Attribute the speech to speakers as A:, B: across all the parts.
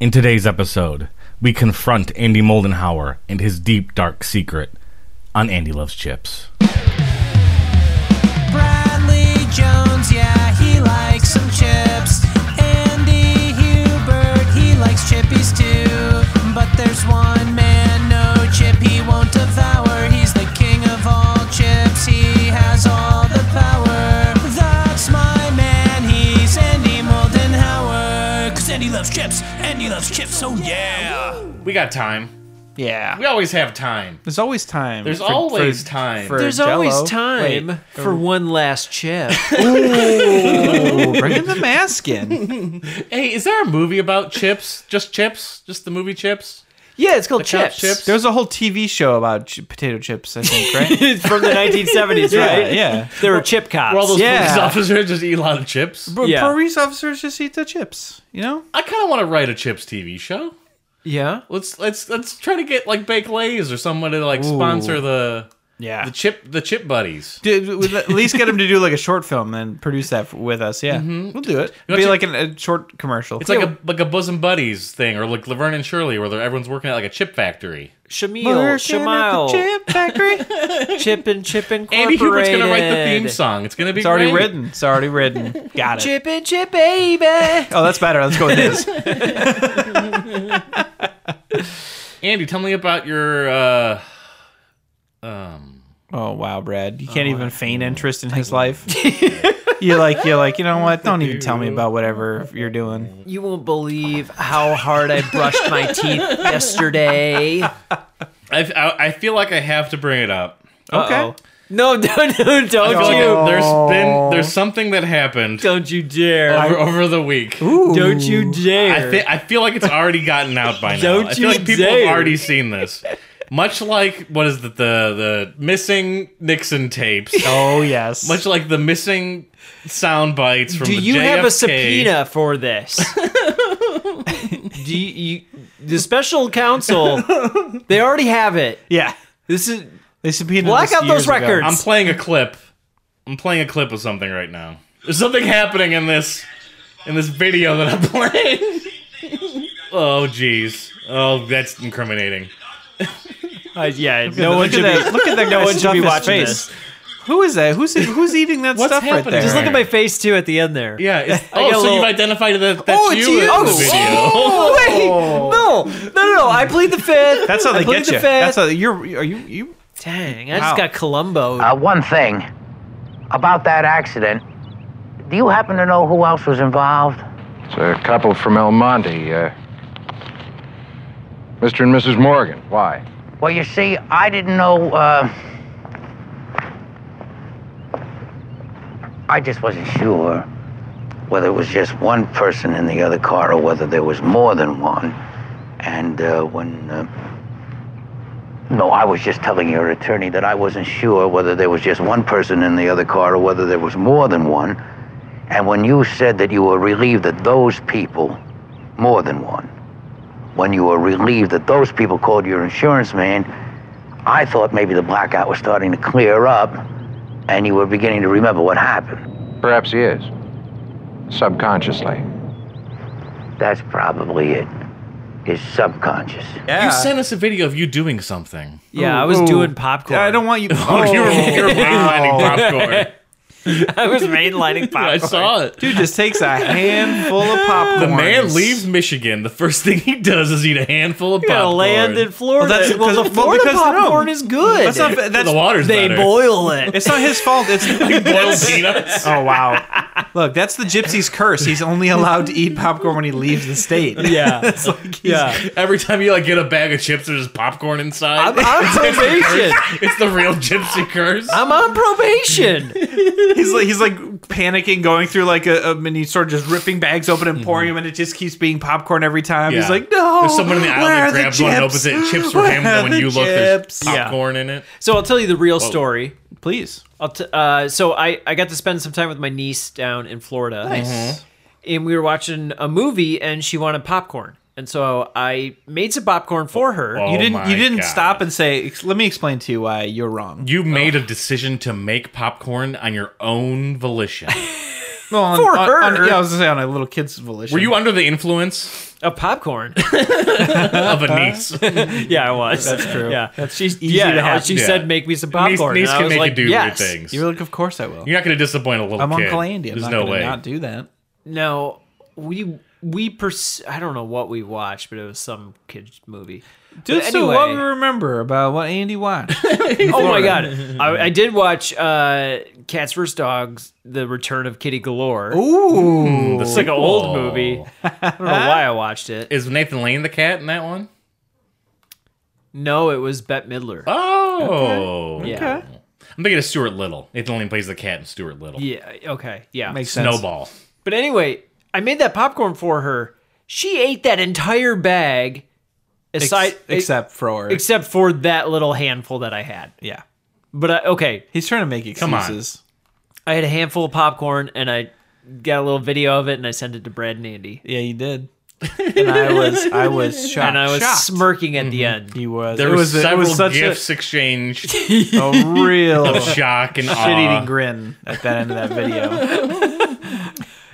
A: In today's episode, we confront Andy Moldenhauer and his deep, dark secret on Andy Loves Chips.
B: Bradley Jones, yeah, he likes some chips. Andy Hubert, he likes chippies too. But there's one man, no chip he won't devour. He's the king of all chips, he has all the power. That's my man, he's Andy Moldenhauer. Cause Andy loves chips, Andy loves chips, oh yeah.
A: We got time.
C: Yeah.
A: We always have time.
C: There's always time.
A: There's
C: for- for-
A: always time.
C: for
B: There's
C: Jello.
B: always time
C: Wait,
B: for one last chip.
C: Ooh, bringing the mask in.
A: Hey, is there a movie about chips? Just chips? Just the movie Chips?
B: yeah, it's called
A: Chopped chips?
C: There's a whole TV show about ch- potato chips, I think, right?
B: It's from the 1970s,
C: yeah,
B: right?
C: yeah.
B: There were chip cops.
A: Where all those
C: Yeah.
A: police officers just eat a lot of chips?
C: But
B: Yeah.
C: police officers just eat the chips, you know?
A: I kind of want to write a chips TV show.
B: yeah.
A: Let's let's let's try to get like Bake Lays or someone to like sponsor the
C: Yeah.
A: the chip the chip buddies.
C: Dude, we'd at least get them to do like a short film and produce that f- with us. Yeah,
B: Mm-hmm.
C: we'll do it.
A: know,
C: Be
A: it's-
C: like an, a short commercial.
A: It's like a like a bosom buddies thing, or like Laverne and Shirley, where they're, everyone's working at like a chip factory.
B: Shamil, Shamil,
C: chip factory. it's
B: Chip and Chip Incorporated.
A: Andy Hubert's gonna write the theme song. It's gonna be
C: already
A: great.
C: written. It's already written. Got it.
B: Chip and Chip, baby.
C: Oh, that's better. Let's go with this.
A: Andy, tell me about your. uh um,
C: Oh wow, Brad! You can't even feign interest in his life. you're like, you're like, you know what? Don't even tell me about whatever you're doing.
B: You won't believe how hard I brushed my teeth yesterday.
A: I, I I feel like I have to bring it up.
C: Okay.
B: No, no, no,
A: I
B: don't
A: feel
B: you.
A: like there's been there's something that happened
B: Don't you dare.
A: over, over the week.
B: Don't you dare.
A: I, thi- I feel like it's already gotten out by now.
B: Don't
A: I feel
B: you
A: like people
B: dare.
A: have already seen this. Much like what is the the, the missing Nixon tapes.
C: Oh yes.
A: Much like the missing sound bites from
B: Do
A: the
B: you have a
A: JFK.
B: subpoena for this? Do you, you the special counsel? They already have it.
C: yeah.
B: This is
C: They subpoenaed.
B: Black
C: this
B: out those
C: years ago.
B: records.
A: I'm playing a clip. I'm playing a clip of something right now. There's something happening in this in this video that I'm playing. oh jeez. Oh, that's incriminating.
B: uh, yeah.
C: No
B: No
C: one
B: one
C: look at
B: should
C: that.
B: be.
C: Look at that guy
B: one should
C: stuff
B: be
C: his
B: watching
C: face.
B: this.
C: Who is that? Who's who's eating that
A: What's
C: stuff
A: happening?
C: right there?
A: Just
B: Look at my face too at the end there.
A: Yeah. It's,
B: got
A: oh,
B: a
A: so
B: little-
A: you've identified that that's
C: Oh, it's
A: you, in
C: you!
A: the
C: Oh,
A: video.
B: Wait, no, no, no, no! I plead the fifth.
C: That's how
B: I
C: they
B: plead
C: get
B: the
C: you.
B: Fifth.
C: That's how you're. Are you? You.
B: Dang, I
C: Wow.
B: just got Columbo.
D: Uh, one thing about that accident. Do you happen to know who else was involved?
E: It's a couple from El Monte. Uh, Mr. and Mrs. Morgan. Why?
D: Well, you see, I didn't know. Uh, I just wasn't sure whether it was just one person in the other car or whether there was more than one. And uh, when. Uh, no, I was just telling your attorney that I wasn't sure whether there was just one person in the other car or whether there was more than one. And when you said that you were relieved that those people, more than one, when you were relieved that those people called your insurance man, I thought maybe the blackout was starting to clear up and you were beginning to remember what happened.
E: Perhaps he is. Subconsciously.
D: That's probably it. Is subconscious.
C: Yeah.
A: You sent us a video of you doing something.
B: yeah, I was
C: Ooh.
B: doing popcorn.
C: I don't want you.
A: Oh, you were,
C: Oh.
A: you were mindlining popcorn.
B: I was mainlining popcorn.
A: I saw it.
C: Dude just takes a handful of popcorn.
A: The man leaves Michigan. The first thing he does is eat a handful of popcorn.
B: Gonna land in Florida.
C: Well,
B: Well,
C: that's
B: the
C: because- well,
B: Florida
C: because- no.
B: popcorn is good.
C: That's not. That's
A: the water's
B: they
A: better.
B: boil it.
C: It's not his fault. It's
A: boiled peanuts.
C: Oh wow! Look, that's the gypsy's curse. He's only allowed to eat popcorn when he leaves the state.
B: Yeah,
C: It's like he's-
B: yeah.
A: Every time you like get a bag of chips, there's just popcorn inside.
B: I'm on probation.
A: it's the real gypsy curse.
B: I'm on probation.
C: he's like he's like panicking, going through like a, a mini store, just ripping bags open and pouring them, and it just keeps being popcorn every time.
A: Mm-hmm. Yeah.
C: He's like, no.
A: There's someone in the aisle
C: where are
A: that
C: the
A: grabs one and opens
C: chips?
A: it. And chips for
C: Where
A: him.
C: are
A: But when
C: the
A: you look,
C: chips?
A: there's
C: Yeah.
A: popcorn in it.
B: So I'll tell you the real story.
C: Please.
B: I'll t- uh, so I I got to spend some time with my niece down in Florida.
C: Mm-hmm.
B: and we were watching a movie and she wanted popcorn. And so I made some popcorn for her.
A: Oh
C: You didn't.
A: my
C: you didn't
A: God.
C: stop and say. "Ex- Let me explain to you why you're wrong.
A: You made a decision to make popcorn on your own volition.
C: Well, on,
F: For
C: on- on-
F: her.
C: yeah, I was gonna say on a little kid's volition.
A: Were you under the influence
B: A popcorn.
A: of a niece?
B: yeah, I was. That's
C: true.
B: Yeah,
C: That's- she's easy
B: yeah.
C: to have.
B: She
A: Yeah.
B: said, "Make me some
A: niece
B: popcorn."
A: niece
B: and I
A: can
B: was
A: make
B: like,
A: you do
B: yes.
A: weird things.
C: You're
A: You're
C: like, of course I will.
A: not going to disappoint a little
C: I'm
A: kid.
C: Uncle Andy. I'm
A: There's
C: not
A: no
C: gonna
A: way.
C: not do that.
B: No, we we pers- I don't know what we watched, but it was some kids movie. But
C: Just so what we remember about what Andy watched.
B: oh my god, I, I did watch uh, Cats vs Dogs: The Return of Kitty Galore.
C: Ooh,
B: it's like an old movie. Oh. I don't know why I watched it.
A: Is Nathan Lane the cat in that one?
B: No, it was Bette Midler.
A: Oh.
B: Yeah.
A: I'm thinking of Stuart Little. Nathan Lane plays the cat in Stuart Little.
B: Yeah. Okay. Yeah.
C: makes sense.
A: Snowball.
B: But anyway, I made that popcorn for her. She ate that entire bag,
C: Ex-
B: aside e-
C: except for
B: except for that little handful that I had.
C: yeah,
B: But I, okay,
C: he's trying to make
A: on.
C: excuses.
B: I had a handful of popcorn and I got a little video of it and I sent it to Brad and Andy.
C: Yeah, you did. And I was, I was shocked.
B: And I was
C: shocked. Mm-hmm.
B: smirking at the end.
C: He was.
A: There
C: it
A: were
C: was, it
A: several
C: was such a,
A: gifts Oh. exchanged
C: a real
A: of shock and awe.
C: shit-eating grin at that end of that video.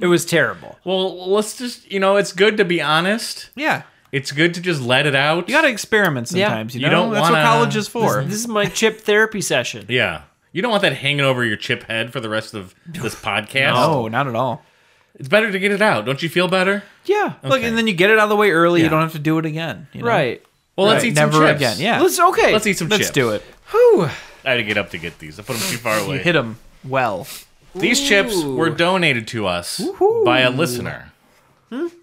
B: It was terrible.
A: Well, let's just, you know, it's good to be honest.
C: Yeah,
A: It's good to just let it out.
C: you got to experiment
B: Yeah.
C: sometimes.
A: You
C: You know,
A: don't
C: that's what
A: wanna-
C: college is for.
B: This is my chip therapy session.
A: yeah. You don't want that hanging over your chip head for the rest of this podcast.
C: no, not at all.
A: It's better to get it out. Don't you feel better?
B: Yeah.
C: Look, and then you get it out of the way early.
A: Yeah.
C: You don't have to do it again. you know?
B: Right.
A: Well, let's
C: Right,
A: eat some
C: Never
A: chips.
C: again. Yeah.
B: Let's okay.
A: Let's eat some
C: Let's
A: chips.
C: do it.
B: Whew.
A: I had to get up to get these. I put them too far away.
C: You hit them well.
A: These chips were donated to us by a listener.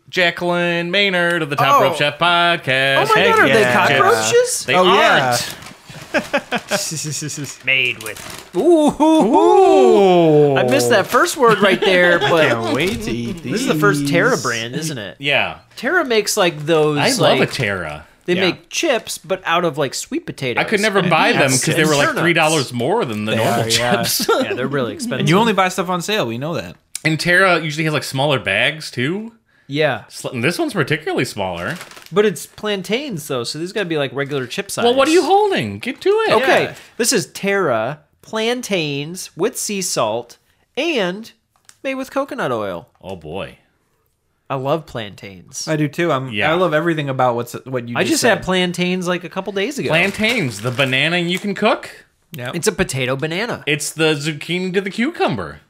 A: Jacqueline Maynard of the Top
B: Hmm? Oh.
A: Rope Chef podcast.
B: Oh my god, are
C: yeah.
B: they cockroaches?
A: They
C: Oh,
A: aren't.
C: yeah.
B: Made with. Ooh.
C: Oh.
B: I missed that first word right there, but
C: Wait to eat these.
B: this is the first Terra brand, isn't it?
A: Yeah.
B: Terra makes like those.
A: I love
B: like,
A: a Terra.
B: They
A: Yeah.
B: make chips, but out of like sweet potatoes.
A: I could never buy them because they were like
B: Turnips.
A: three dollars more than the normal
C: are, yeah.
A: chips.
B: Yeah, they're really expensive.
C: And you only buy stuff on sale. We know that.
A: And Terra usually has like smaller bags too.
B: yeah,
A: Sl- And this one's particularly smaller.
B: but it's plantains though, so these got to be like regular chip size.
A: Well, what are you holding? Get to it.
B: Okay,
C: Yeah.
B: this is Terra plantains with sea salt and made with coconut oil.
A: Oh boy.
B: I love plantains. I,
C: I do too. I'm.
A: Yeah.
C: I love everything about what's what you.
B: just
C: said.
B: had plantains like a couple days ago.
A: Plantains, the banana you can cook.
C: Yeah.
B: it's a potato banana.
A: It's the zucchini to the cucumber.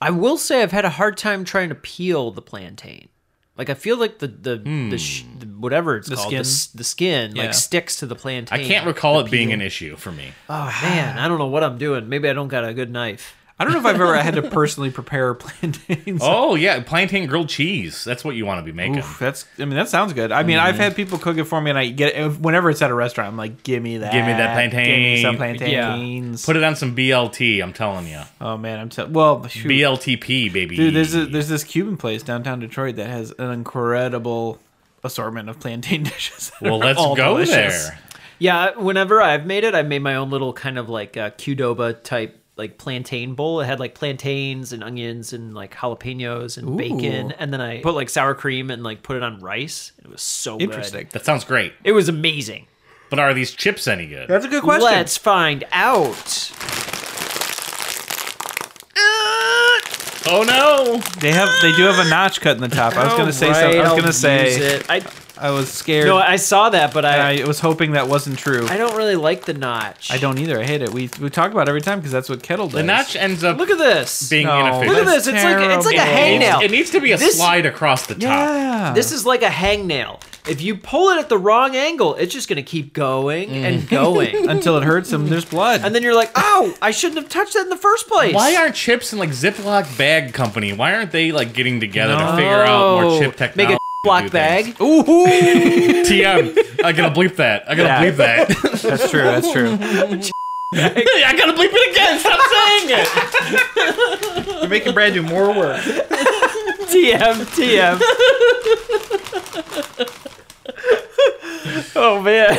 B: I will say I've had a hard time trying to peel the plantain. Like I feel like the the, the, sh- the whatever it's called Hmm. the,
C: skin?
B: s- the skin
C: Yeah.
B: like sticks to the plantain.
A: I can't recall it being an issue for me.
B: Oh man, I don't know what I'm doing. Maybe I don't got a good knife.
C: I don't know if I've ever had to personally prepare plantains.
A: Oh yeah, plantain grilled cheese. That's what you want to be making.
C: Oof, that's. I mean, that sounds good. I mean, I've had people cook it for me, and I get it, whenever it's at a restaurant. I'm like, give me that.
A: Give me that plantain.
C: Give me some
A: Yeah.
C: plantains.
A: Put it on some BLT. I'm telling you,
C: oh man, I'm telling. Well, shoot.
A: BLTP baby.
C: dude, there's a, there's this Cuban place downtown Detroit that has an incredible assortment of plantain dishes. that
A: well,
C: are
A: let's
C: all
A: go
C: delicious.
A: there.
B: Yeah, whenever I've made it, I've made my own little kind of like uh, Qdoba type like plantain bowl. It had like plantains and onions and like jalapenos and bacon, and then I put like sour cream and like put it on rice. It was so good.
C: Interesting.
A: That sounds great.
B: It was amazing.
A: But are these chips any good?
C: That's a good question.
B: Let's find out.
A: oh no!
C: They have they do have a notch cut in the top. I was gonna say
B: Alright,
C: something. I
B: Oh, I'll
C: was gonna
B: use
C: say
B: it. I
C: I was scared.
B: no, I saw that, but I
C: I was hoping that wasn't true.
B: I don't really like the notch.
C: I don't either. I hate it. We we talk about it every time because that's what Kettle does.
A: The notch ends up
B: Look at this.
A: being
C: No.
A: inefficient.
B: Look at this. It's like it's like a
C: Terrible.
A: It needs-
B: hangnail.
A: It needs to be a
B: This-
A: slide across the top.
C: Yeah.
B: This is like a hangnail. If you pull it at the wrong angle, it's just gonna keep going and going.
C: until it hurts him. There's blood.
B: and then you're like, oh, I shouldn't have touched that in the first place.
A: Why aren't chips and like Ziploc bag company? Why aren't they like getting together to figure out more chip
B: Make
A: technology?
B: a
A: to do
B: block
A: things?
B: bag.
C: Ooh,
A: TM. I gotta bleep that. I gotta
C: Yeah.
A: bleep that.
C: that's true. That's true.
A: I gotta bleep it again. Stop saying it.
C: You're making Brad do more work.
B: TM, TM. oh man.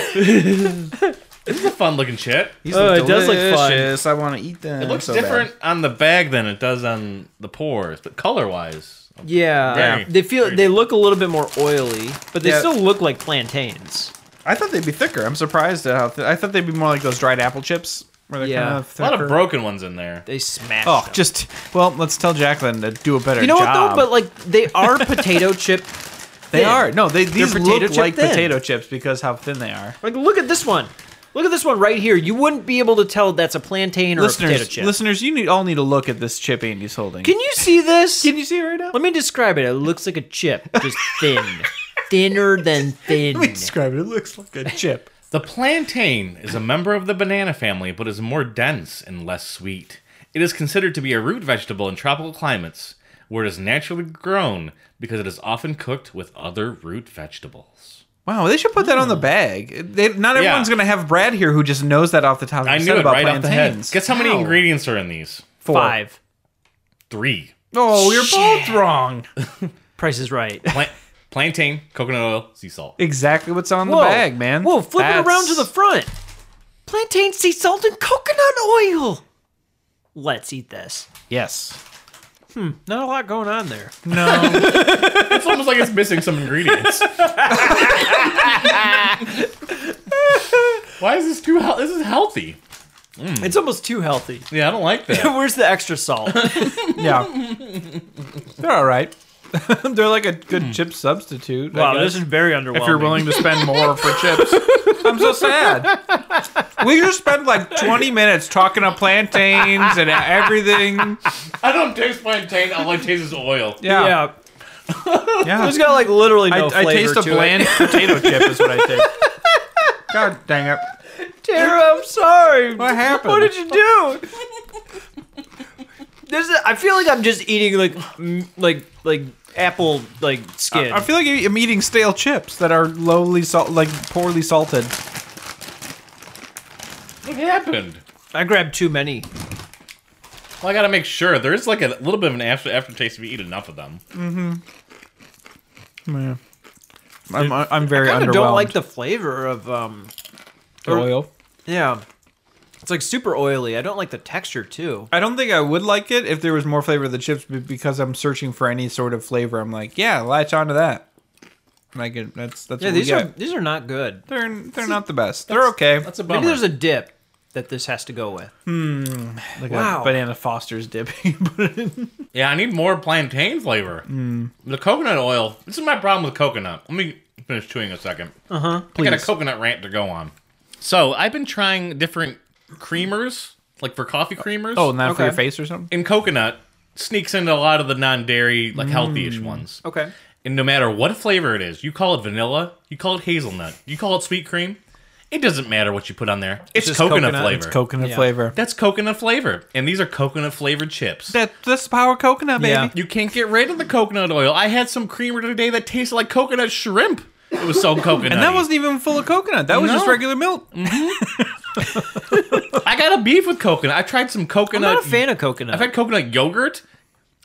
A: It's a fun looking chip. It
B: Oh, it does look fun.
C: I want to eat them. It
A: looks different on the bag than it does on the pores, but color wise.
B: Yeah.
A: Very,
B: They feel
A: very
B: they look a little bit more oily, but they
C: Yeah.
B: still look like plantains.
C: I thought they'd be thicker. I'm surprised at how. Th- I thought they'd be more like those dried apple chips. Where they're
B: Yeah.
C: kind of
A: A lot
C: they're-
A: of broken ones in there.
B: They smash.
C: Oh, just well, let's tell Jacqueline to do a better.
B: you know what
C: job.
B: though? But like they are potato chip.
C: they
B: thin.
C: are no, they these
B: potato
C: look
B: chip
C: like
B: thin.
C: potato chips because how thin they are.
B: Like look at this one. Look at this one right here. You wouldn't be able to tell that's a plantain or a potato
C: Listeners,
B: chip.
C: listeners, you need all need to look at this chip Andy's holding.
B: Can you see this?
C: Can you see it right now?
B: Let me describe it. It looks like a chip, just thin, thinner than thin.
C: describe it. It looks like a chip.
A: The plantain is a member of the banana family, but is more dense and less sweet. It is considered to be a root vegetable in tropical climates, where it is naturally grown because it is often cooked with other root vegetables.
C: Wow, they should put that on the bag. They, not
A: Yeah.
C: everyone's gonna have Brad here who just knows that off the top of
A: I
C: his
A: knew
C: head
A: it
C: about
A: right off the head.
C: plantains.
A: Guess how many
C: Wow.
A: ingredients are in these?
C: Four.
B: Five.
A: Three.
C: Oh, you're both wrong.
B: Price is right.
A: Pla- plantain, coconut oil, sea salt.
C: Exactly what's on
B: Whoa.
C: the bag, man.
B: Whoa, flip it around
C: That's-
B: to the front. Plantain, sea salt, and coconut oil. Let's eat this. Hmm,
C: yes.
B: Not a lot going on there.
C: No.
A: It's almost like it's missing some ingredients. Why is this too? Hel- this is healthy.
C: Hmm.
B: It's almost too healthy.
A: Yeah, I don't like that.
B: Where's the extra salt?
C: yeah. They're all right. They're like a good chip substitute. I guess.
B: very underwhelming.
C: if you're willing to spend more for chips. I'm so sad. We just spent like 20 minutes talking about plantains and everything.
A: I don't taste plantain. All I taste is oil.
B: yeah.
C: Yeah. Yeah.
B: It's got like literally no
C: I, I
B: flavor
C: taste a
B: to it.
C: bland potato chip is what I taste. God dang it.
B: Tara, I'm sorry.
C: What happened?
B: What did you do? This is, I feel like I'm just eating like m- like like apple like skin.
C: I feel like I'm eating stale chips that are lowly salt, like poorly salted.
A: What happened?
B: I grabbed too many.
A: Well, I gotta make sure there is like a little bit of an after aftertaste if you eat enough of them.
C: I'm, I'm very
B: I
C: underwhelmed.
B: don't like the flavor of um
C: the oil.
B: yeah. It's like super oily. I don't like the texture too.
C: I don't think I would like it if there was more flavor to the chips, but because I'm searching for any sort of flavor, I'm like, yeah, latch onto that. And I get that's that's
B: Yeah,
C: what we
B: these
C: get.
B: are these are not good.
C: They're they're not the best. They're okay.
A: That's a
B: Maybe
A: bummer.
B: there's a dip that this has to go with.
C: like
B: wow.
C: banana Foster's dipping.
A: yeah, I need more plantain flavor.
C: Hmm.
A: The coconut oil. This is my problem with coconut. Let me finish chewing a second. Uh
C: Uh-huh,
A: huh. I got a coconut rant to go on. So I've been trying different creamers, like for coffee creamers.
C: oh, and that for
B: Okay.
C: your face or something.
A: and coconut sneaks into a lot of the non-dairy, like healthy-ish ones.
B: Mm. Okay.
A: And no matter what flavor it is, you call it vanilla, you call it hazelnut, you call it sweet cream, it doesn't matter what you put on there. It's,
B: just
A: coconut,
B: coconut,
A: flavor.
C: It's coconut flavor.
A: That's coconut flavor, and these are coconut flavored chips.
C: That that's the power of Oh, coconut, baby.
B: Yeah.
A: you can't get rid of the coconut oil. I had some creamer today that tasted like coconut shrimp. It was so coconut.
C: And that wasn't even full of coconut. That was just
A: No.
C: regular milk.
A: I got a beef with coconut. I tried some
B: I'm
A: coconut.
B: not a fan of coconut.
A: I've had coconut yogurt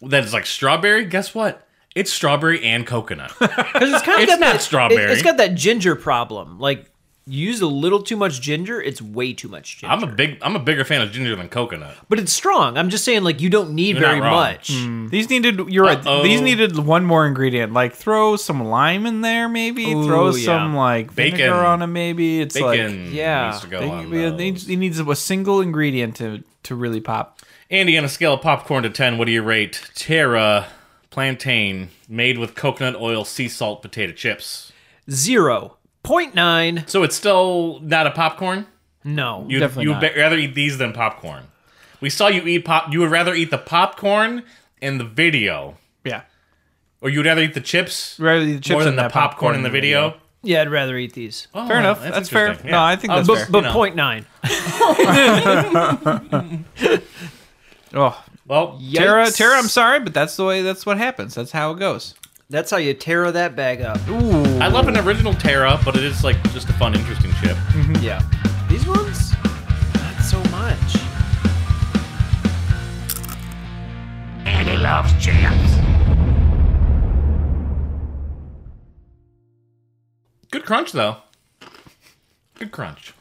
A: that is like strawberry. Guess what? It's strawberry and coconut.
B: Because it's kind of
A: It's
B: got
A: not
B: that,
A: strawberry.
B: It, has got that ginger problem. Like you use a little too much ginger, it's way too much ginger.
A: I'm a big I'm a bigger fan of ginger than coconut.
B: but it's strong. I'm just saying, like you don't need
A: You're not
B: very
A: wrong. Mm.
B: much.
C: Mm. These needed. You're
A: Uh-oh.
C: right. These needed one more ingredient. Like throw some lime in there, maybe.
B: Ooh,
C: throw
B: yeah.
C: some like
A: Bacon.
C: vinegar on it, maybe. It's like
A: Bacon
B: yeah,
A: needs to go
C: They-
A: on.
C: we-
A: those.
C: they- He needs a single ingredient to to really pop.
A: Andy, on a scale of popcorn to ten, what do you rate Terra plantain made with coconut oil, sea salt, potato chips?
B: Zero point nine.
A: So it's still not a popcorn.
B: No.
A: You
C: Definitely
A: you
C: not.
A: would be- rather eat these than popcorn. We saw you eat pop. You would rather eat the popcorn in the video,
C: Yeah,
A: or you would rather eat the chips
C: rather the chips
A: more than
C: and
A: the
C: that
A: popcorn, in the video.
B: yeah, I'd rather eat these.
A: Oh,
C: Fair enough. That's, fair.
A: interesting.
C: No,
A: Yeah.
C: I think
B: Uh,
C: that's
B: but
C: fair.
B: but
A: You know.
B: point nine.
C: oh,
A: well,
C: Tara,
B: Yikes.
C: Tara, I'm sorry, but that's the way. That's what happens. That's how it goes.
B: That's how you tear that bag up.
A: I love an original Terra, but it is like just a fun, interesting chip.
B: Yeah. These ones, not so much.
A: Good crunch though. Good crunch.